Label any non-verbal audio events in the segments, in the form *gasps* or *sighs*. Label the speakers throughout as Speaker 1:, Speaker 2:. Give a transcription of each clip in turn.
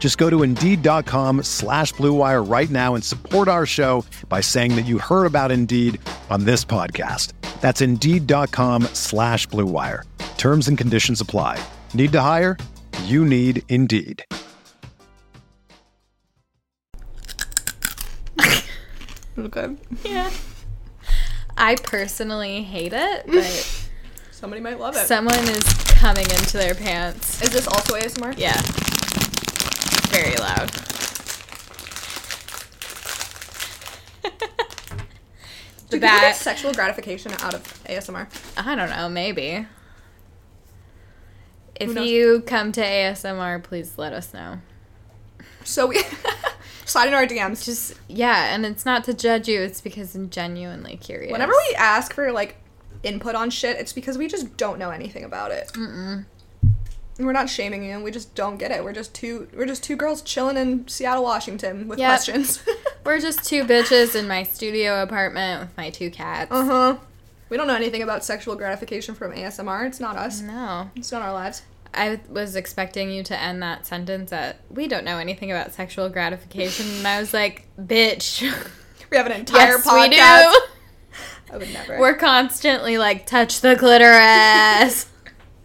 Speaker 1: Just go to Indeed.com slash Blue Wire right now and support our show by saying that you heard about Indeed on this podcast. That's Indeed.com slash Blue Wire. Terms and conditions apply. Need to hire? You need Indeed.
Speaker 2: Okay.
Speaker 3: Yeah. I personally hate
Speaker 2: *laughs*
Speaker 3: it, but
Speaker 2: Somebody might love it.
Speaker 3: someone is coming into their pants.
Speaker 2: Is this also ASMR?
Speaker 3: Yeah.
Speaker 2: *laughs*
Speaker 3: Very loud.
Speaker 2: Do people
Speaker 3: That-
Speaker 2: get sexual gratification out of ASMR?
Speaker 3: I don't know, maybe. If
Speaker 2: knows?
Speaker 3: you come to ASMR, please let us know.
Speaker 2: So we *laughs* slide in our DMs. Just
Speaker 3: Just yeah, and it's not to judge you, it's because I'm genuinely curious.
Speaker 2: whenever we ask for like input on shit, it's because we just don't know anything about it. Mm-mm. We're not shaming you. We just don't get it. We're just two. We're just two girls chilling in Seattle, Washington, with
Speaker 3: Yep.
Speaker 2: questions. *laughs*
Speaker 3: We're just two bitches in my studio apartment with my two cats.
Speaker 2: uh huh. We don't know anything about sexual gratification from ASMR. It's not us.
Speaker 3: No.
Speaker 2: It's not our lives.
Speaker 3: I was expecting you to end that sentence at, we don't know anything about sexual gratification. And I was like, bitch. *laughs*
Speaker 2: We have an entire
Speaker 3: yes, we
Speaker 2: podcast.
Speaker 3: do.
Speaker 2: I would never. *laughs*
Speaker 3: We're constantly like, touch the clitoris. *laughs*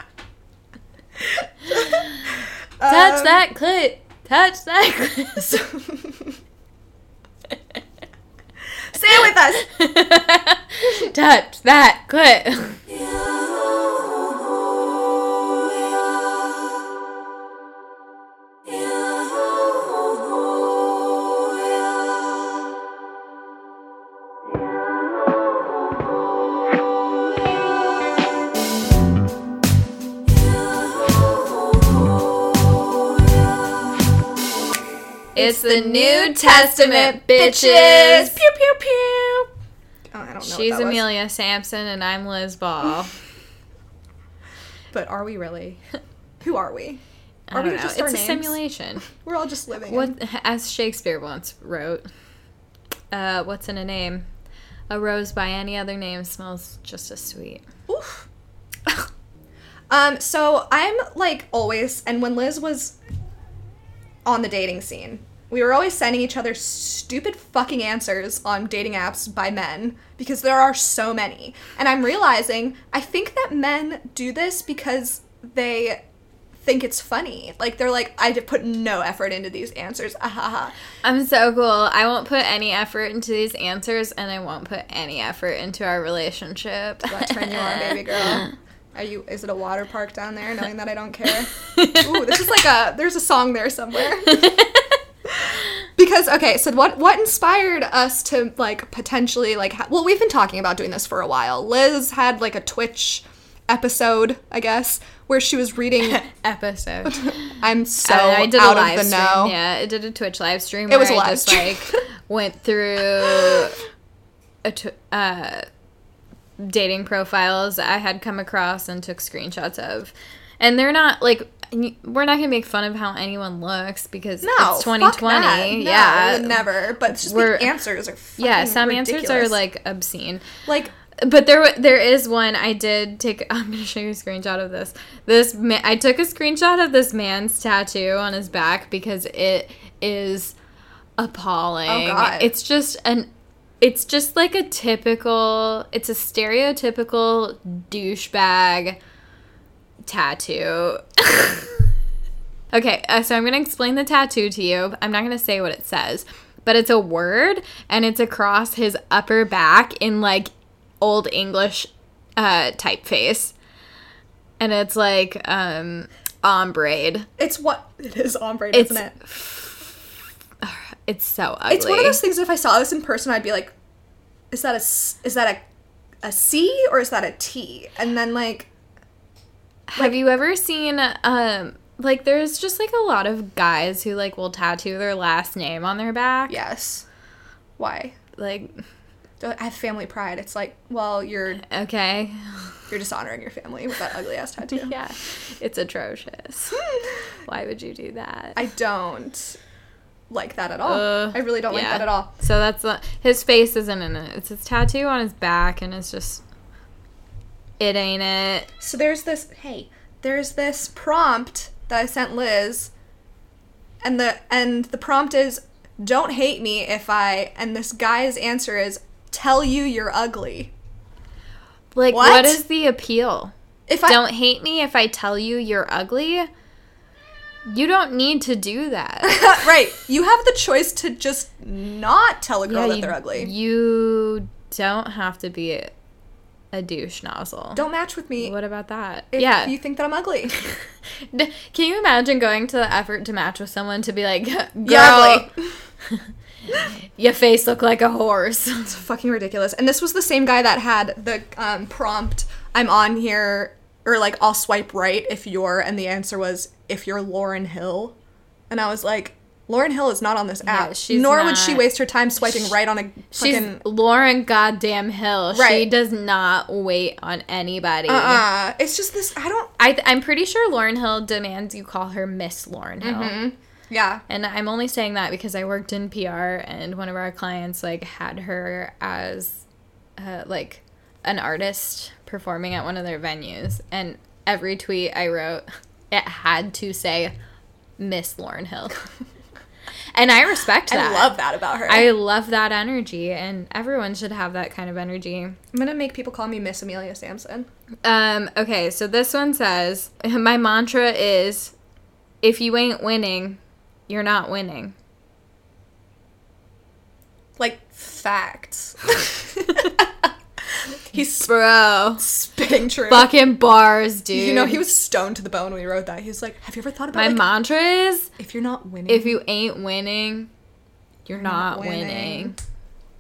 Speaker 3: touch
Speaker 2: Um,
Speaker 3: that clit. Touch that *laughs* clit.
Speaker 2: Stay with us.
Speaker 3: *laughs* touch that clit. It's the New Testament, bitches.
Speaker 2: Pew pew pew. Oh, I don't know.
Speaker 3: She's
Speaker 2: what that was.
Speaker 3: Amelia Sampson and I'm
Speaker 2: *gasps*
Speaker 3: Liz Ball.
Speaker 2: But are we really?
Speaker 3: *laughs*
Speaker 2: Who are we?
Speaker 3: I
Speaker 2: Are
Speaker 3: don't
Speaker 2: we
Speaker 3: know.
Speaker 2: just
Speaker 3: It's
Speaker 2: our
Speaker 3: a
Speaker 2: names?
Speaker 3: simulation.
Speaker 2: We're all just living.
Speaker 3: What, as Shakespeare once wrote, uh, "What's in a name? A rose by any other name smells just as sweet."
Speaker 2: Oof. um. So I'm like always, and when Liz was on the dating scene, we were always sending each other stupid fucking answers on dating apps by men because there are so many. And I'm realizing I think that men do this because they think it's funny. Like they're like, I did put no effort into these answers. Ah ha ha.
Speaker 3: I'm so cool. I won't put any effort into these answers, and I won't put any effort into our relationship.
Speaker 2: What turn you on, baby girl? Are you? Is it a water park down there? Knowing that I don't
Speaker 3: *laughs*
Speaker 2: care. Ooh, this is like a. There's a song there somewhere. because okay, so what what inspired us to like potentially like? Ha- well, we've been talking about doing this for a while. Liz had like a Twitch episode, I guess, where she was reading.
Speaker 3: *laughs* *laughs*
Speaker 2: *laughs*
Speaker 3: Episode.
Speaker 2: I'm so
Speaker 3: I, I did
Speaker 2: out
Speaker 3: a live
Speaker 2: of the
Speaker 3: stream.
Speaker 2: know.
Speaker 3: Yeah, I did a Twitch live stream.
Speaker 2: It was
Speaker 3: where
Speaker 2: a
Speaker 3: I
Speaker 2: live
Speaker 3: just,
Speaker 2: stream.
Speaker 3: Like went through a tw- uh, dating profiles I had come across and took screenshots of, and they're not like. n- We're not gonna make fun of how anyone looks because
Speaker 2: No,
Speaker 3: it's
Speaker 2: fuck that.
Speaker 3: 2020.
Speaker 2: No,
Speaker 3: yeah,
Speaker 2: never. But it's just
Speaker 3: We're-
Speaker 2: the answers are. Fucking
Speaker 3: yeah. Some answers are
Speaker 2: ridiculous.
Speaker 3: like obscene
Speaker 2: like
Speaker 3: but there wa- there is one I did take. *laughs* I'm gonna show you a screenshot of this. This ma- I took a screenshot of this man's tattoo on his back because it is appalling.
Speaker 2: Oh, God.
Speaker 3: It's just an. It's just like a typical. It's a stereotypical douchebag tattoo. Okay, uh, so I'm going to explain the tattoo to you. I'm not going to say what it says, but it's a word and it's across his upper back in like old English uh, typeface, and it's like um, ombre.
Speaker 2: It's what it is ombre,
Speaker 3: It's
Speaker 2: isn't it?
Speaker 3: It's so ugly.
Speaker 2: It's one of those things. If I saw this in person, I'd be like, "Is that a s- is that a a C or is that a T?" And then like,
Speaker 3: Have you ever seen um like there's just like a lot of guys who like will tattoo their last name on their back.
Speaker 2: yes, why?
Speaker 3: Like
Speaker 2: They're like, I have family pride. It's like, well, you're
Speaker 3: okay.
Speaker 2: you're dishonoring your family with that ugly ass tattoo. *laughs*
Speaker 3: Yeah. *laughs* It's atrocious. Why would you do that?
Speaker 2: I don't like that at all.
Speaker 3: Ugh,
Speaker 2: I really don't like
Speaker 3: yeah.
Speaker 2: that at all.
Speaker 3: So that's the, his face isn't in it. It's his tattoo on his back and it's just it ain't it.
Speaker 2: So there's this hey, there's this prompt that I sent Liz and the and the prompt is don't hate me if I and this guy's answer is tell you you're ugly.
Speaker 3: Like
Speaker 2: What?
Speaker 3: what is the appeal?
Speaker 2: If *laughs* I
Speaker 3: don't hate me if I tell you you're ugly. You don't need to
Speaker 2: *laughs*
Speaker 3: do that. *laughs*
Speaker 2: right, you have the choice to just not tell a girl that
Speaker 3: you-
Speaker 2: they're ugly.
Speaker 3: You don't have to be a, a douche nozzle.
Speaker 2: don't match with me.
Speaker 3: What about that?
Speaker 2: if
Speaker 3: yeah.
Speaker 2: you think that I'm
Speaker 3: *laughs*
Speaker 2: ugly.
Speaker 3: D- Can you imagine going to the effort to match with someone to be like, *laughs* girl,
Speaker 2: ugly."
Speaker 3: *laughs* your face look like a horse.
Speaker 2: *laughs* It's fucking ridiculous. And this was the same guy that had the um, prompt, I'm on here, or like, I'll swipe right if you're, and the answer was, if you're Lauren Hill. And I was like, Lauren Hill is not on this app.
Speaker 3: she's
Speaker 2: Nor would she
Speaker 3: not.
Speaker 2: waste her time swiping right on a
Speaker 3: She's
Speaker 2: fucking.
Speaker 3: Lauren Goddamn Hill. She
Speaker 2: Right.
Speaker 3: does not wait on anybody.
Speaker 2: Uh, it's just this. I don't.
Speaker 3: I th- I'm pretty sure Lauren Hill demands you call her Miss Lauren Hill.
Speaker 2: Mm-hmm, Yeah.
Speaker 3: And I'm only saying that because I worked in PR and one of our clients like had her as uh, like an artist performing at one of their venues and every tweet I wrote it had to say Miss Lauren Hill. *laughs* and I respect that.
Speaker 2: I love that about her. I,
Speaker 3: I love that energy and everyone should have that kind of energy.
Speaker 2: am gonna make people call me Miss Amelia Sampson.
Speaker 3: Um okay, so this one says *laughs* my mantra is if you ain't winning, you're not winning.
Speaker 2: Like,
Speaker 3: *laughs*
Speaker 2: facts. He's
Speaker 3: Bro.
Speaker 2: spitting truth.
Speaker 3: fucking bars, dude.
Speaker 2: You know, he was stoned to the bone when he wrote that. He was like, Have you ever thought about
Speaker 3: My
Speaker 2: like,
Speaker 3: mantra is
Speaker 2: if you're not winning?
Speaker 3: if you ain't winning, you're not,
Speaker 2: not
Speaker 3: winning.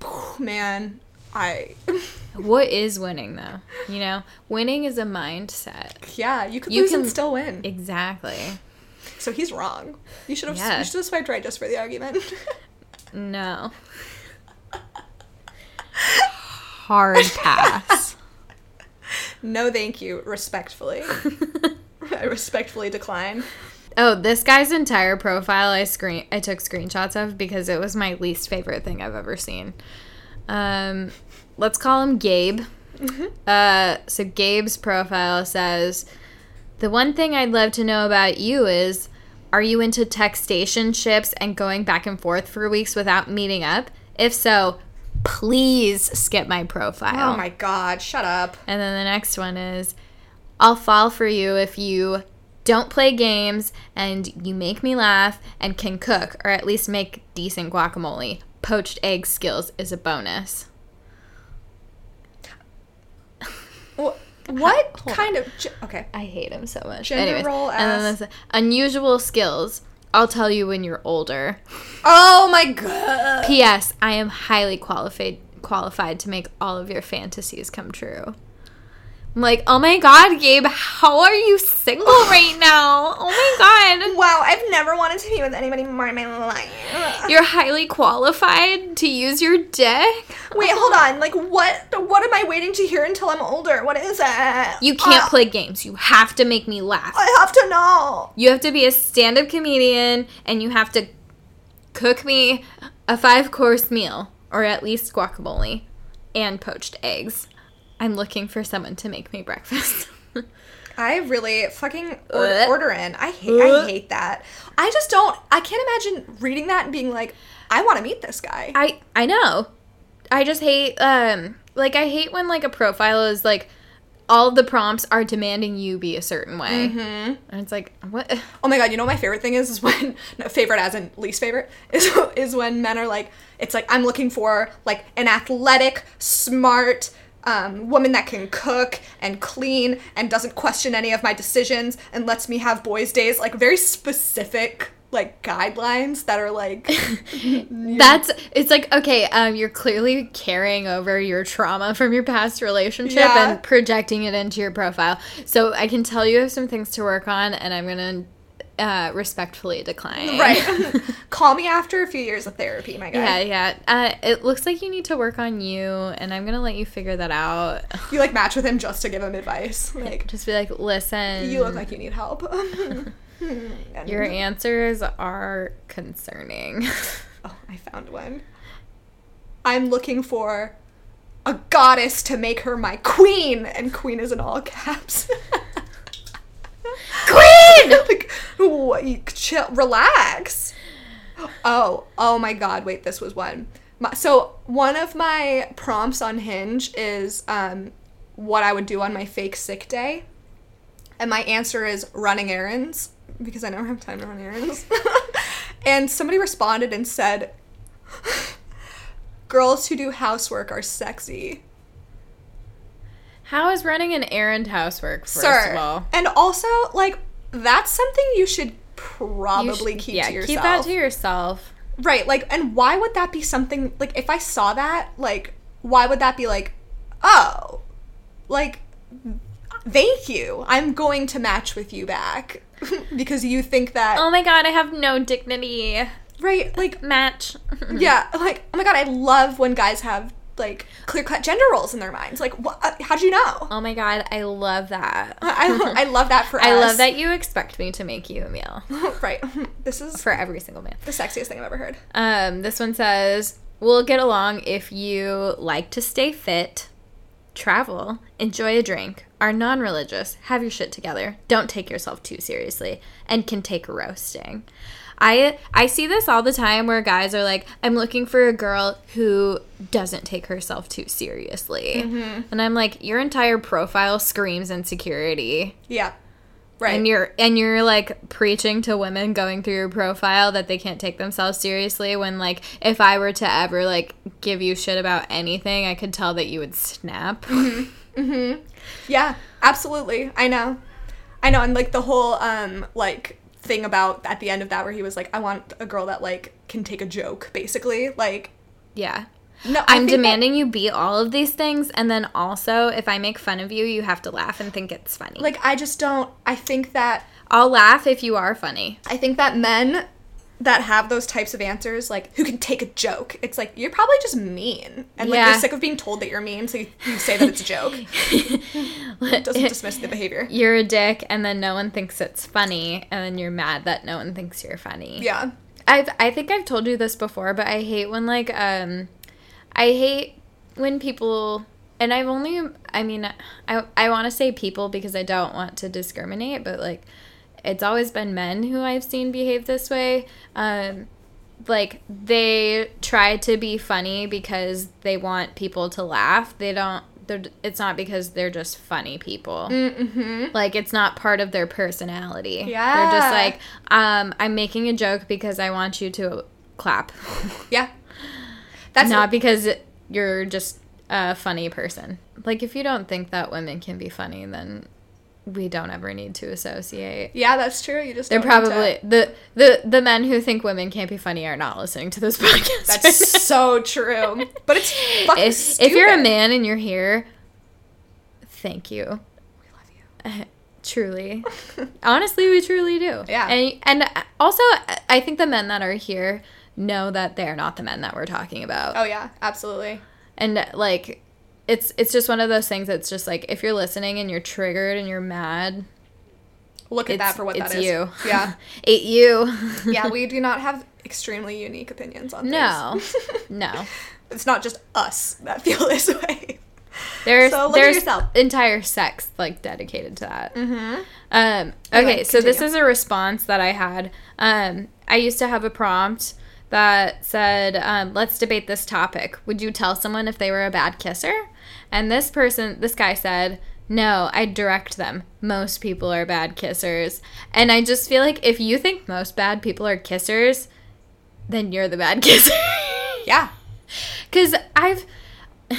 Speaker 2: winning. *sighs* man, I *laughs*
Speaker 3: What is winning though? You know, winning is a mindset.
Speaker 2: yeah, you could
Speaker 3: You
Speaker 2: lose and
Speaker 3: can-
Speaker 2: still win.
Speaker 3: Exactly.
Speaker 2: so he's wrong. You should have
Speaker 3: Yeah.
Speaker 2: you should have swiped right just for the argument. *laughs*
Speaker 3: No. Hard pass.
Speaker 2: no, thank you. Respectfully, I respectfully decline.
Speaker 3: Oh, this guy's entire profile I screen I took screenshots of because it was my least favorite thing I've ever seen. Um, let's call him Gabe. Uh, so Gabe's profile says, "The one thing I'd love to know about you is, are you into textation ships and going back and forth for weeks without meeting up? If so, please skip my profile."
Speaker 2: Oh my god, shut up.
Speaker 3: And then the next one is I'll fall for you if you don't play games and you make me laugh and can cook or at least make decent guacamole. Poached egg skills is a bonus.
Speaker 2: Wh- What
Speaker 3: Hold
Speaker 2: kind of ge- okay?
Speaker 3: I hate him so much.
Speaker 2: Gender
Speaker 3: Anyways,
Speaker 2: role
Speaker 3: and then
Speaker 2: as-
Speaker 3: this, unusual skills. I'll tell you when you're older.
Speaker 2: Oh my god.
Speaker 3: P.S. I am highly qualified qualified to make all of your fantasies come true. I'm like, oh my god, Gabe, how are
Speaker 2: *sighs*
Speaker 3: you single right now? Oh my god.
Speaker 2: Wow, I've never wanted to be with anybody more in my life.
Speaker 3: You're highly qualified to use your dick.
Speaker 2: Wait, hold on. Like, what? What am I waiting to hear until I'm older? What is it? Ah,
Speaker 3: You can't
Speaker 2: Uh,
Speaker 3: play games. You have to make me laugh.
Speaker 2: I have to know.
Speaker 3: You have to be a stand up comedian and you have to cook me a five course meal or at least guacamole and poached eggs. I'm looking for someone to make me breakfast. *laughs*
Speaker 2: I really fucking
Speaker 3: Uh.
Speaker 2: order, order in. I hate. I hate that. I just don't. I can't imagine reading that and being like, I want to meet this guy.
Speaker 3: I I know. I just hate um like I hate when like a profile is like all the prompts are demanding you be a certain way. Mm-hmm. And it's like what *laughs*
Speaker 2: Oh my god! You know what my favorite thing is is when *laughs* no, favorite as in least favorite *laughs* is is when men are like, it's like I'm looking for like an athletic, smart, um, woman that can cook and clean and doesn't question any of my decisions and lets me have boys' days. Like very specific like guidelines that are like
Speaker 3: That's it's like okay, um, you're clearly carrying over your trauma from your past relationship
Speaker 2: Yeah.
Speaker 3: and projecting it into your profile. So I can tell you have some things to work on, and I'm gonna uh, respectfully decline.
Speaker 2: right. *laughs* Call me after a few years of therapy, my guy.
Speaker 3: Yeah, yeah. Uh, it looks like you need to work on you, and I'm gonna let you figure that out. *sighs*
Speaker 2: You like match with him just to give him advice. Like
Speaker 3: Just be like, listen,
Speaker 2: you look like you need help. *laughs* And-
Speaker 3: your answers are concerning. *laughs*
Speaker 2: oh, I found one. I'm looking for a goddess to make her my queen, and queen is in all caps.
Speaker 3: Queen.
Speaker 2: *laughs* like, wait, chill, relax. Oh, oh my God! Wait, this was one. My, so one of my prompts on Hinge is um, what I would do on my fake sick day, and my answer is running errands because I never have time to run errands. *laughs* and somebody responded and said, *laughs* "Girls who do housework are sexy."
Speaker 3: How is running an errand housework? First
Speaker 2: sir.
Speaker 3: of all,
Speaker 2: And also, like, that's something you should
Speaker 3: You
Speaker 2: probably
Speaker 3: should-
Speaker 2: keep
Speaker 3: yeah,
Speaker 2: to yourself.
Speaker 3: keep that to yourself.
Speaker 2: right. Like, and why would that be something? Like, if I saw that, like, why would that be like, oh, like, thank you. I'm going to match with you back *laughs* because you think that
Speaker 3: Oh my god, I have no dignity.
Speaker 2: right? Like,
Speaker 3: Match.
Speaker 2: yeah. Like, oh my god, I love when guys have like clear cut gender roles in their minds. Like, wha uh, how'd you know?
Speaker 3: *laughs*
Speaker 2: *laughs*
Speaker 3: oh my god, I love that. *laughs*
Speaker 2: I, I love that for
Speaker 3: I
Speaker 2: us.
Speaker 3: love that you expect me to make you a meal
Speaker 2: *laughs* right. This is
Speaker 3: for every single meal.
Speaker 2: the sexiest thing I've ever heard.
Speaker 3: Um, this one says, "We'll get along if you like to stay fit, travel, enjoy a drink, are non-religious, have your shit together, don't take yourself too seriously, and can take roasting." I I see this all the time where guys are like, "I'm looking for a girl who doesn't take herself too seriously," and I'm like, "Your entire profile screams insecurity."
Speaker 2: Yeah. Right.
Speaker 3: and you're and you're like preaching to women going through your profile that they can't take themselves seriously when like if i were to ever like give you shit about anything i could tell that you would snap *laughs*
Speaker 2: yeah, absolutely. I know. I know, and like the whole um like thing about at the end of that where he was like, I want a girl that like can take a joke, basically. Like
Speaker 3: yeah
Speaker 2: no, I
Speaker 3: i'm
Speaker 2: think that-
Speaker 3: demanding you be all of these things and then also if i make fun of you you have to laugh and think it's funny
Speaker 2: like I just don't I think that
Speaker 3: i'll laugh if you are funny
Speaker 2: I think that men that have those types of answers, like who can take a joke, it's like you're probably just mean. And like
Speaker 3: Yeah.
Speaker 2: you're sick of being told that you're mean, so you, you say that it's a
Speaker 3: *laughs*
Speaker 2: joke. it doesn't dismiss the behavior.
Speaker 3: you're a dick and then no one thinks it's funny and then you're mad that no one thinks you're funny
Speaker 2: Yeah.
Speaker 3: I've I think I've told you this before, but I hate when like um I hate when people and I've only I mean I I want to say people because I don't want to discriminate, but like it's always been men who I've seen behave this way. Um like they try to be funny because they want people to laugh. They don't they're, it's not because they're just funny people. Like it's not part of their personality. They're just
Speaker 2: Yeah.
Speaker 3: like um, I'm making a joke because I want you to clap, *laughs*
Speaker 2: Yeah. That's
Speaker 3: not because you're just a funny person. Like, if you don't think that women can be funny, then we don't ever need to associate.
Speaker 2: yeah, that's true. You just
Speaker 3: They're
Speaker 2: don't need to-
Speaker 3: probably the, the the men who think women can't be funny are not listening to this *laughs* podcast.
Speaker 2: *laughs* That's so true. But it's fucking
Speaker 3: if, if you're a
Speaker 2: stupid.
Speaker 3: man and you're here, thank you.
Speaker 2: We love you.
Speaker 3: *laughs*
Speaker 2: *laughs*
Speaker 3: Truly. Honestly, we truly do.
Speaker 2: Yeah.
Speaker 3: And, and also, I think the men that are here know that they're not the men that we're talking about.
Speaker 2: Oh yeah, absolutely.
Speaker 3: And like it's it's just one of those things that's just like if you're listening and you're triggered and you're mad,
Speaker 2: Look at
Speaker 3: It's-
Speaker 2: that for what
Speaker 3: it's
Speaker 2: that is.
Speaker 3: you. *laughs*
Speaker 2: Yeah.
Speaker 3: it you.
Speaker 2: Yeah, we do not have extremely unique opinions on
Speaker 3: no.
Speaker 2: things.
Speaker 3: No.
Speaker 2: It's not just us that feel this way.
Speaker 3: There's
Speaker 2: So look at
Speaker 3: there's
Speaker 2: yourself.
Speaker 3: entire sex like dedicated to that. Mm-hmm. Um, okay,
Speaker 2: Anyway,
Speaker 3: so this
Speaker 2: continue.
Speaker 3: is a response that I had. Um, I used to have a prompt that said, um, "Let's debate this topic. Would you tell someone if they were a bad kisser?" And this person, this guy said. No, I direct them. Most people are bad kissers. And I just feel like if you think most bad people are kissers, *laughs* then you're the bad kisser.
Speaker 2: Yeah.
Speaker 3: Because I've, *laughs*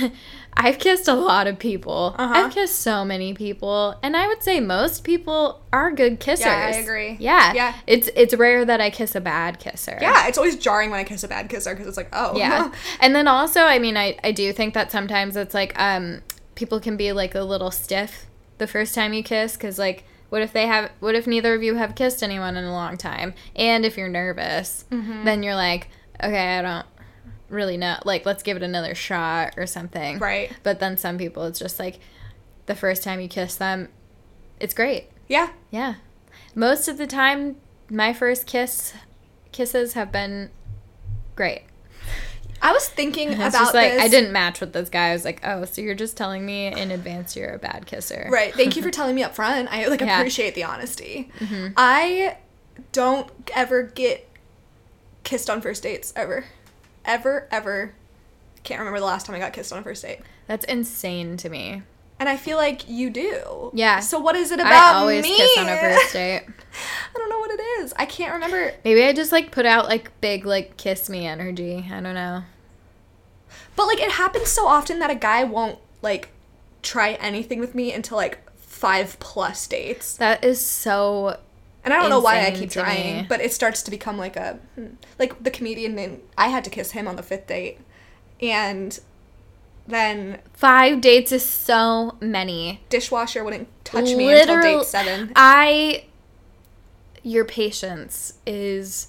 Speaker 3: I've kissed a lot of people.
Speaker 2: Uh-huh.
Speaker 3: I've kissed so many people, and I would say most people are good kissers.
Speaker 2: Yeah, I agree.
Speaker 3: Yeah,
Speaker 2: Yeah.
Speaker 3: It's it's rare that I kiss a bad kisser.
Speaker 2: Yeah, it's always jarring when I kiss a bad kisser because it's like, oh. *laughs*
Speaker 3: yeah and then also i mean I, I do think that sometimes it's like um people can be like a little stiff the first time you kiss because like what if they have what if neither of you have kissed anyone in a long time and if you're nervous
Speaker 2: Mm-hmm.
Speaker 3: then you're like okay i don't really know like let's give it another shot or something
Speaker 2: Right.
Speaker 3: but then some people it's just like the first time you kiss them it's great
Speaker 2: yeah.
Speaker 3: yeah. Most of the time my first kiss kisses have been great.
Speaker 2: I was thinking
Speaker 3: It's
Speaker 2: about
Speaker 3: just like
Speaker 2: this.
Speaker 3: I didn't match with this guy. I was like, "Oh, so you're just telling me in advance you're a bad kisser."
Speaker 2: Right. Thank *laughs* you for telling me up front. I like
Speaker 3: Yeah.
Speaker 2: appreciate the honesty. I don't ever get kissed on first dates ever. Ever ever. Can't remember the last time I got kissed on a first date.
Speaker 3: That's insane to me.
Speaker 2: And I feel like you do.
Speaker 3: Yeah.
Speaker 2: So what is it about
Speaker 3: I always
Speaker 2: me?
Speaker 3: kiss on a first date.
Speaker 2: *laughs* I don't know what it is. I can't remember.
Speaker 3: Maybe I just like put out like big like kiss me energy. I don't know.
Speaker 2: But like it happens so often that a guy won't like try anything with me until like five plus dates.
Speaker 3: That is so
Speaker 2: And I don't know why I
Speaker 3: Insane
Speaker 2: keep
Speaker 3: to
Speaker 2: trying,
Speaker 3: me.
Speaker 2: but it starts to become like a hmm. like the comedian and I had to kiss him on the fifth date. And then
Speaker 3: 5 dates is so many.
Speaker 2: dishwasher wouldn't touch me until
Speaker 3: Literal-
Speaker 2: date 7.
Speaker 3: I your patience is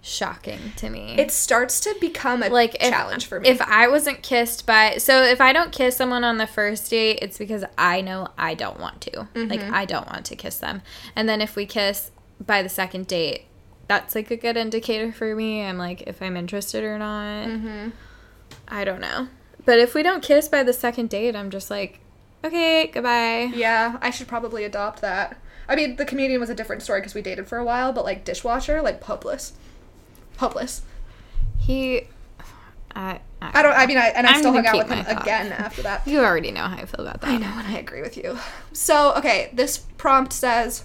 Speaker 3: shocking to me.
Speaker 2: It starts to become a
Speaker 3: like
Speaker 2: like
Speaker 3: if,
Speaker 2: challenge for me.
Speaker 3: If I wasn't kissed by so if I don't kiss someone on the first date, it's because I know I don't want to.
Speaker 2: Mm-hmm.
Speaker 3: Like I don't want to kiss them. And then if we kiss by the second date, that's like a good indicator for me. I'm like if I'm interested or not.
Speaker 2: Mm-hmm.
Speaker 3: I don't know. But if we don't kiss by the second date, I'm just like, okay, goodbye.
Speaker 2: yeah, I should probably adopt that. I mean, the comedian was a different story because we dated for a while, but like dishwasher, like hopeless, hopeless.
Speaker 3: He, I, I,
Speaker 2: I don't. I mean, I and I
Speaker 3: I'm
Speaker 2: still
Speaker 3: gonna
Speaker 2: hung out
Speaker 3: keep
Speaker 2: with him
Speaker 3: my thoughts.
Speaker 2: again after *laughs* that.
Speaker 3: you already know how I feel about that.
Speaker 2: I know, and I agree with you. So, okay, this prompt says,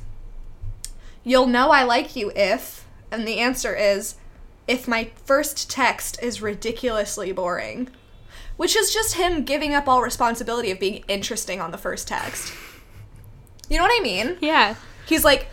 Speaker 2: You'll know I like you if, and the answer is, if my first text is ridiculously boring. Which is just him giving up all responsibility of being interesting on the first text. You know what I mean?
Speaker 3: Yeah.
Speaker 2: He's like,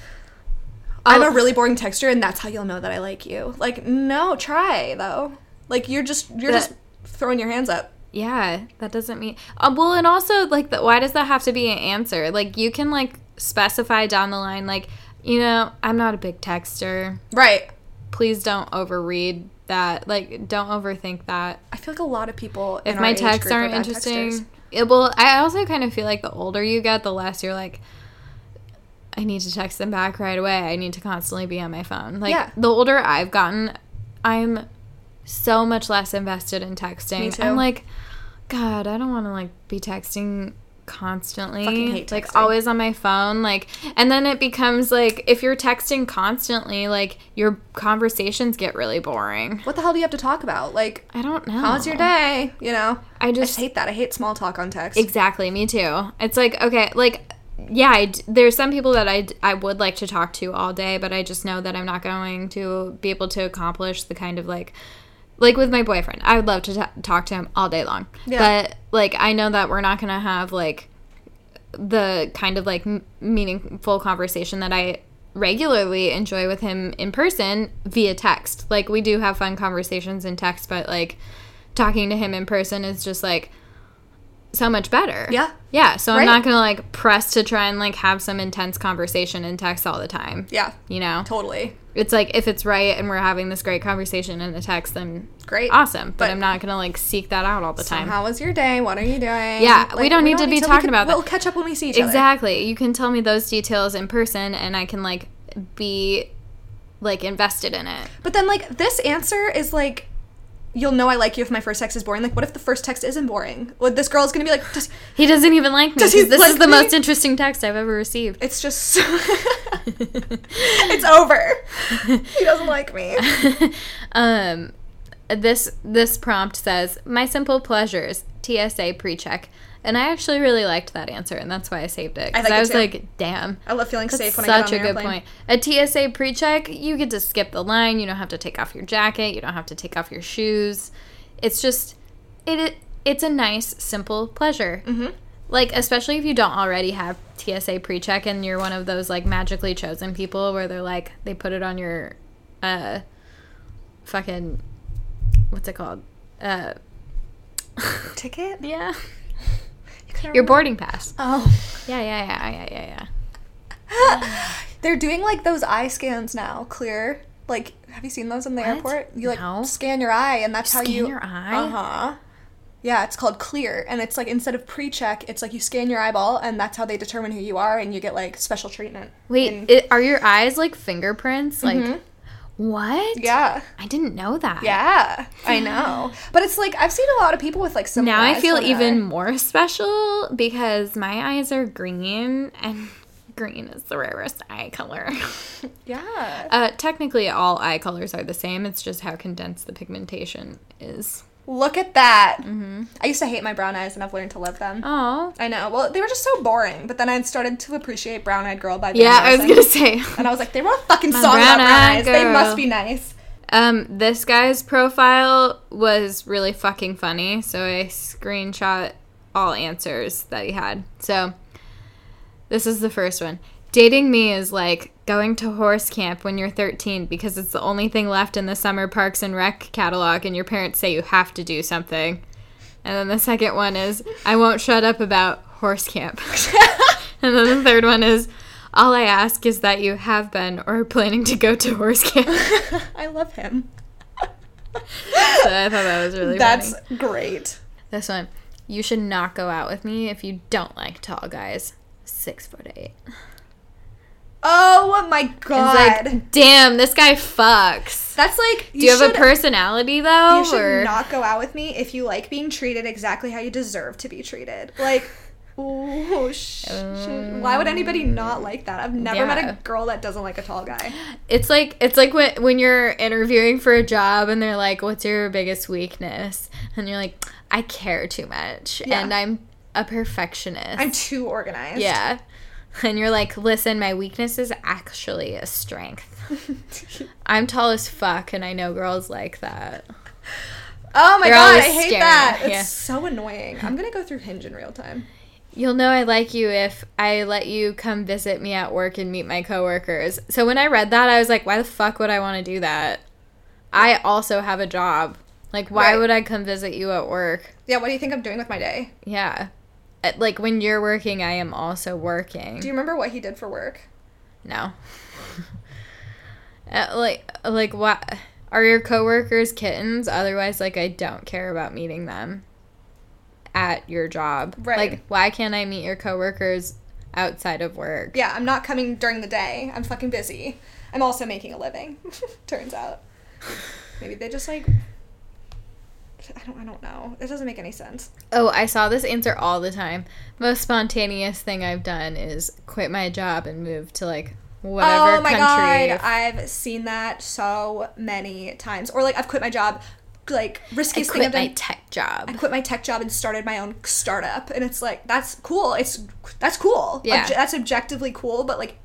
Speaker 2: I'm
Speaker 3: Oh.
Speaker 2: a really boring texter, and that's how you'll know that I like you. Like, no, try though. Like, you're just you're
Speaker 3: That-
Speaker 2: just throwing your hands up.
Speaker 3: Yeah, that doesn't mean. Uh, well, and also like, the, why does that have to be an answer? Like, you can like specify down the line, like, you know, I'm not a big texter.
Speaker 2: Right.
Speaker 3: Please don't overread that. Like, don't overthink that.
Speaker 2: I feel like a lot of people.
Speaker 3: If my texts aren't interesting, it will. I also kind of feel like the older you get, the less you're like. I need to text them back right away. I need to constantly be on my phone. Like
Speaker 2: Yeah.
Speaker 3: the older I've gotten, I'm so much less invested in texting.
Speaker 2: Me too.
Speaker 3: I'm like, God, I don't want to like be texting constantly.
Speaker 2: Fucking hate
Speaker 3: Like
Speaker 2: texting.
Speaker 3: always on my phone. Like and then it becomes like if you're texting constantly, like your conversations get really boring.
Speaker 2: What the hell do you have to talk about? Like,
Speaker 3: I don't know.
Speaker 2: how's your day? You know,
Speaker 3: I
Speaker 2: I
Speaker 3: just
Speaker 2: just hate that. I hate small talk on text.
Speaker 3: Exactly, me too. It's like okay, like yeah, I d- there's some people that I d- I would like to talk to all day, but I just know that I'm not going to be able to accomplish the kind of like like with my boyfriend. I would love to ta talk to him all day long.
Speaker 2: Yeah.
Speaker 3: But like I know that we're not going to have like the kind of like m- meaningful conversation that I regularly enjoy with him in person via text. Like we do have fun conversations in text, but like talking to him in person is just like so much better.
Speaker 2: Yeah.
Speaker 3: Yeah. So
Speaker 2: Right.
Speaker 3: I'm not gonna like press to try and like have some intense conversation in text all the time.
Speaker 2: yeah,
Speaker 3: You know?
Speaker 2: totally.
Speaker 3: It's like if it's right and we're having this great conversation in a text, then
Speaker 2: Great.
Speaker 3: awesome. But,
Speaker 2: But-
Speaker 3: I'm not gonna like seek that out all the time.
Speaker 2: How was your day? What are you doing?
Speaker 3: Yeah, we don't need to be talking about that.
Speaker 2: We'll catch up when we see each other.
Speaker 3: Exactly. You can tell me those details in person and I can like be like invested in it.
Speaker 2: But then, like, this answer is like, you'll know I like you if my first text is boring. Like, what if the first text isn't boring? What this girl's gonna be like? Just,
Speaker 3: He doesn't even like me.
Speaker 2: Does he
Speaker 3: 'cause this is
Speaker 2: like
Speaker 3: the
Speaker 2: me?
Speaker 3: most interesting text I've ever received. *laughs*
Speaker 2: it's just, so *laughs* it's over. he doesn't like
Speaker 3: *laughs*
Speaker 2: me.
Speaker 3: um this this prompt says my simple pleasures tsa pre-check and i actually really liked that answer and that's why i saved it 'cause
Speaker 2: like
Speaker 3: i
Speaker 2: it
Speaker 3: was
Speaker 2: too.
Speaker 3: like damn
Speaker 2: I love feeling safe when I get
Speaker 3: such
Speaker 2: on an
Speaker 3: a good
Speaker 2: airplane.
Speaker 3: point a tsa pre-check you get to skip the line you don't have to take off your jacket you don't have to take off your shoes it's just it, it it's a nice, simple pleasure. Mm-hmm. Like, especially if you don't already have TSA pre check and you're one of those like magically chosen people where they're like, they put it on your uh, fucking, what's it called? Uh, *laughs*
Speaker 2: Ticket?
Speaker 3: yeah.
Speaker 2: You couldn't
Speaker 3: Your
Speaker 2: remember-
Speaker 3: boarding pass.
Speaker 2: Oh.
Speaker 3: Yeah, yeah, yeah, yeah, yeah, yeah.
Speaker 2: They're doing like those eye scans now, clear. Like, have you seen those in the airport? You like
Speaker 3: No.
Speaker 2: scan your eye, and that's how
Speaker 3: scan
Speaker 2: you.
Speaker 3: your eye?
Speaker 2: Uh huh. Yeah, it's called clear, and it's like instead of pre-check, it's like you scan your eyeball, and that's how they determine who you are, and you get like special treatment.
Speaker 3: Wait, i are your eyes like fingerprints? Like, what?
Speaker 2: Mm-hmm. Yeah,
Speaker 3: I didn't know that.
Speaker 2: yeah, I know. But it's like I've seen a lot of people with like some.
Speaker 3: Now I feel even more *laughs* special because my eyes are green and *laughs* green is the rarest eye color. *laughs*
Speaker 2: Yeah.
Speaker 3: uh, technically, all eye colors are the same. It's just how condensed the pigmentation is.
Speaker 2: Look at that.
Speaker 3: Mm-hmm.
Speaker 2: I used to hate my brown eyes, and I've learned to love them.
Speaker 3: Oh.
Speaker 2: I know. Well, they were just so boring, but then I started to appreciate Brown Eyed Girl by Van
Speaker 3: Yeah, I was
Speaker 2: Morrison.
Speaker 3: gonna say. *laughs*
Speaker 2: And I was like, they wrote a fucking song about brown
Speaker 3: brown-eyed
Speaker 2: eyes. They
Speaker 3: girl.
Speaker 2: must be nice. *laughs*
Speaker 3: Um, this guy's profile was really fucking funny, so I screenshot all answers that he had. So this is the first one. Dating me is like going to horse camp when you're 13 because it's the only thing left in the summer parks and rec catalog, and your parents say you have to do something. And then the second one is I won't shut up about horse camp. *laughs* and then the third one is all I ask is that you have been or are planning to go to horse camp. *laughs*
Speaker 2: I love him.
Speaker 3: So I thought that was really
Speaker 2: That's
Speaker 3: funny.
Speaker 2: great.
Speaker 3: This one. You should not go out with me if you don't like tall guys. Six foot eight.
Speaker 2: Oh my god.
Speaker 3: It's like, damn, this guy fucks.
Speaker 2: That's like
Speaker 3: Do you, have
Speaker 2: should-
Speaker 3: a personality though?
Speaker 2: You should
Speaker 3: or-
Speaker 2: not go out with me if you like being treated exactly how you deserve to be treated. Like, *laughs* oh sh- sh- Why would anybody not like that? I've never met
Speaker 3: Um, Yeah.
Speaker 2: a girl that doesn't like a tall guy.
Speaker 3: It's like it's like when when you're interviewing for a job and they're like, "What's your biggest weakness?" and you're like, "I care too much
Speaker 2: Yeah.
Speaker 3: and I'm a perfectionist."
Speaker 2: I'm too organized. *laughs*
Speaker 3: yeah. And you're like, "Listen, my weakness is actually
Speaker 2: *laughs*
Speaker 3: a strength. I'm tall as fuck and I know girls like that."
Speaker 2: Oh my
Speaker 3: They're
Speaker 2: god, I
Speaker 3: always
Speaker 2: hate
Speaker 3: staring.
Speaker 2: that. It's
Speaker 3: Yeah.
Speaker 2: so annoying. I'm gonna go through Hinge in real time.
Speaker 3: You'll know I like you if I let you come visit me at work and meet my coworkers. So when I read that, I was like, why the fuck would I want to do that? I also have a job. Like, why
Speaker 2: Right.
Speaker 3: would I come visit you at work?
Speaker 2: Yeah, what do you think I'm doing with my day?
Speaker 3: Yeah. Uh, Like, when you're working, I am also working.
Speaker 2: Do you remember what he did for work?
Speaker 3: no. *laughs* Uh, like, like, what? Are your coworkers kittens? Otherwise, like, I don't care about meeting them at your job.
Speaker 2: Right.
Speaker 3: Like, why can't I meet your coworkers outside of work?
Speaker 2: yeah, I'm not coming during the day. I'm fucking busy. I'm also making a living. *laughs* Turns out. Maybe they just like I don't I don't know. It doesn't make any sense.
Speaker 3: Oh, I saw this answer all the time. Most spontaneous thing I've done is quit my job and move to like whatever
Speaker 2: oh my
Speaker 3: country.
Speaker 2: god, I've seen that so many times. Or like I've quit my job like
Speaker 3: I
Speaker 2: riskiest thing I've
Speaker 3: quit
Speaker 2: done.
Speaker 3: my tech job.
Speaker 2: I quit my tech job and started my own startup and it's like that's cool. It's that's cool.
Speaker 3: Yeah.
Speaker 2: Obje- that's objectively cool, but like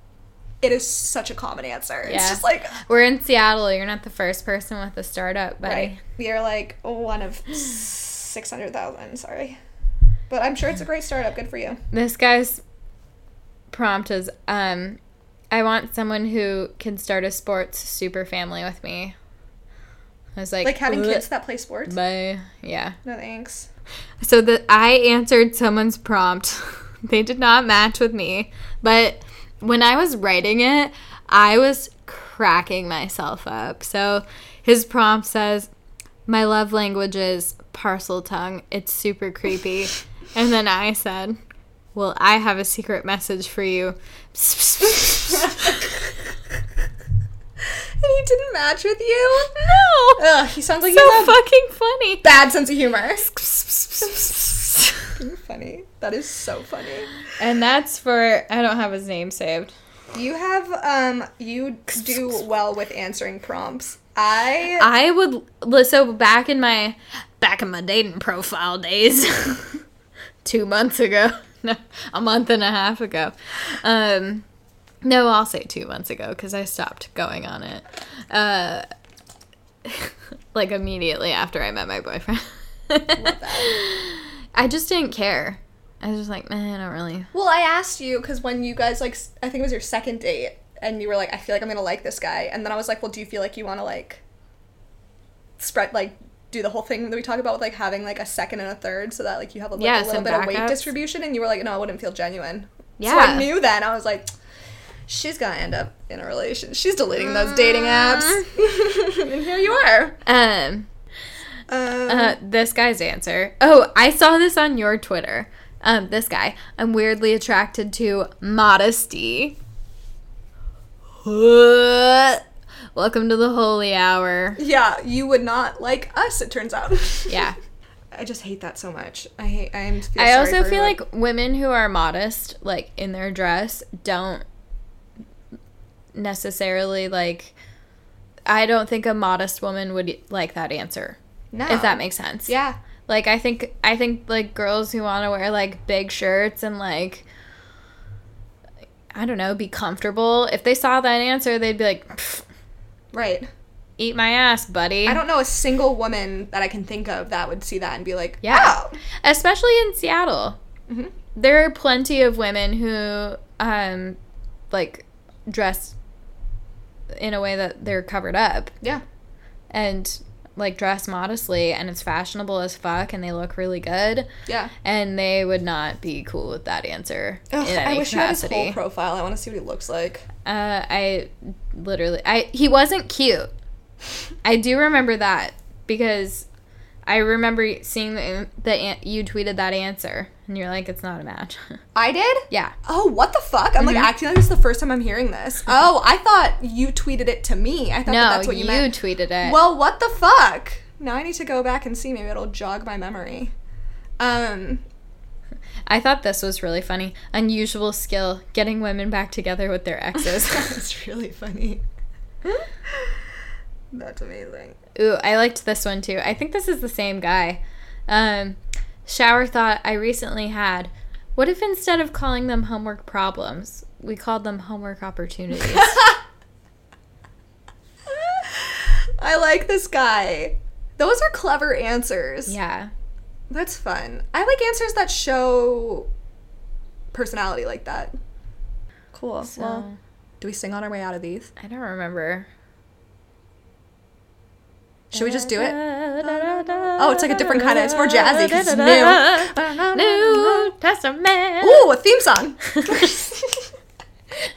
Speaker 2: it is such a common answer. It's
Speaker 3: Yeah.
Speaker 2: just like
Speaker 3: We're in Seattle. You're not the first person with a startup, buddy.
Speaker 2: Right. We are like one of 600,000, sorry. But I'm sure it's a great startup. Good for you.
Speaker 3: This guy's prompt is um I want someone who can start a sports super family with me. I was like,
Speaker 2: Like having
Speaker 3: "Bleh,
Speaker 2: kids that play sports?
Speaker 3: Bye. Yeah.
Speaker 2: No thanks.
Speaker 3: So that I answered someone's prompt. *laughs* they did not match with me. But when I was writing it, I was cracking myself up. So his prompt says, My love language is parcel tongue. It's super
Speaker 2: *laughs*
Speaker 3: creepy. and then I said, Well, I have a secret message for you. *laughs*
Speaker 2: And he didn't match with you?
Speaker 3: no!
Speaker 2: Ugh, he sounds like he
Speaker 3: So
Speaker 2: has a
Speaker 3: fucking funny.
Speaker 2: bad sense of
Speaker 3: *laughs*
Speaker 2: humor. funny. That is so funny.
Speaker 3: and that's for, I don't have his name saved.
Speaker 2: You have, um, you do well with answering prompts. I,
Speaker 3: I would li- so back in my back in my dating profile days, *laughs* two months ago, *laughs* no, a month and a half ago. Um, no, I'll say two months ago because I stopped going on *laughs* it, uh, like immediately after I met my boyfriend. *laughs* I just didn't care. I was just like, man, I don't really.
Speaker 2: Well, I asked you because when you guys like, s- I think it was your second date, and you were like, "I feel like I'm gonna like this guy," and then I was like, "Well, do you feel like you want to like spread like do the whole thing that we talk about with like having like a second and a third so that like you have like,
Speaker 3: Yeah,
Speaker 2: a little
Speaker 3: some
Speaker 2: bit of weight
Speaker 3: backups.
Speaker 2: distribution?" And you were like, "No, I wouldn't feel genuine." So
Speaker 3: Yeah.
Speaker 2: I knew then. I was like, "She's gonna end up in a relation. She's deleting those dating apps." *laughs*
Speaker 3: Mm.
Speaker 2: and here you are.
Speaker 3: Um,
Speaker 2: Um,
Speaker 3: uh, this guy's answer. Oh, I saw this on your Twitter. Um, this guy. I'm weirdly attracted to modesty. *laughs* Welcome to the holy
Speaker 2: *laughs*
Speaker 3: hour.
Speaker 2: yeah, you would not like us. It turns out.
Speaker 3: *laughs* Yeah.
Speaker 2: I just hate that so much. I hate. I am. Feel
Speaker 3: I
Speaker 2: sorry
Speaker 3: also
Speaker 2: for
Speaker 3: feel
Speaker 2: everyone.
Speaker 3: like women who are modest, like in their dress, don't necessarily like. I don't think a modest woman would like that answer,
Speaker 2: no.
Speaker 3: if that makes sense.
Speaker 2: yeah.
Speaker 3: Like I think I think like girls who want to wear like big shirts and like I don't know, be comfortable. If they saw that answer, they'd be like, "Pfft,
Speaker 2: Right.
Speaker 3: "Eat my ass, buddy."
Speaker 2: I don't know a single woman that I can think of that would see that and be like,
Speaker 3: Yeah.
Speaker 2: "Oh."
Speaker 3: especially in Seattle.
Speaker 2: Mhm.
Speaker 3: There are plenty of women who, um, like, dress in a way that they're covered up
Speaker 2: Yeah.
Speaker 3: and like dress modestly, and it's fashionable as fuck, and they look really good,
Speaker 2: Yeah.
Speaker 3: and they would not be cool with that answer
Speaker 2: Ugh,
Speaker 3: in any
Speaker 2: I wish
Speaker 3: capacity.
Speaker 2: you had his whole profile. I want to see what he looks like.
Speaker 3: uh, I literally, I he wasn't cute. I do remember that because. I remember seeing the, the an- you tweeted that answer, and you're like, "It's not a match." *laughs*
Speaker 2: I did?
Speaker 3: Yeah. Mm-hmm.
Speaker 2: Oh, what the fuck? I'm like acting like this is the first time I'm hearing this. Oh, I thought you tweeted it to me. I thought
Speaker 3: No,
Speaker 2: that that's what
Speaker 3: you,
Speaker 2: you, meant.
Speaker 3: tweeted it.
Speaker 2: Well, what the fuck? Now I need to go back and see. Maybe it'll jog my memory. Um, *laughs*
Speaker 3: I thought this was really funny. Unusual skill getting women back together with
Speaker 2: *laughs*
Speaker 3: their exes.
Speaker 2: that's really funny.
Speaker 3: Hmm?
Speaker 2: that's amazing.
Speaker 3: Ooh, I liked this one too. I think this is the same guy. Um, shower thought I recently had. What if instead of calling them homework problems, we called them homework
Speaker 2: *laughs*
Speaker 3: opportunities?
Speaker 2: I like this guy. Those are clever answers.
Speaker 3: yeah.
Speaker 2: That's fun. I like answers that show personality like that. Cool.
Speaker 3: So
Speaker 2: Well, do we sing on our way out of these?
Speaker 3: I don't remember.
Speaker 2: Should we just do it?
Speaker 3: Oh,
Speaker 2: Oh, it's like a different kind of. It's more jazzy 'cause it's new.
Speaker 3: New Testament.
Speaker 2: Ooh, a theme
Speaker 3: *laughs*
Speaker 2: song. *laughs*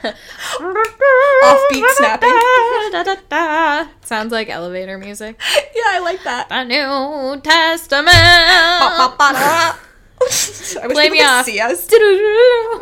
Speaker 3: Offbeat
Speaker 2: snapping.
Speaker 3: *laughs* Sounds like elevator music.
Speaker 2: yeah, I like that.
Speaker 3: The New
Speaker 2: *laughs*
Speaker 3: Testament.
Speaker 2: I wish
Speaker 3: *laughs* Play
Speaker 2: people
Speaker 3: me
Speaker 2: could
Speaker 3: off.
Speaker 2: see us.
Speaker 3: *laughs*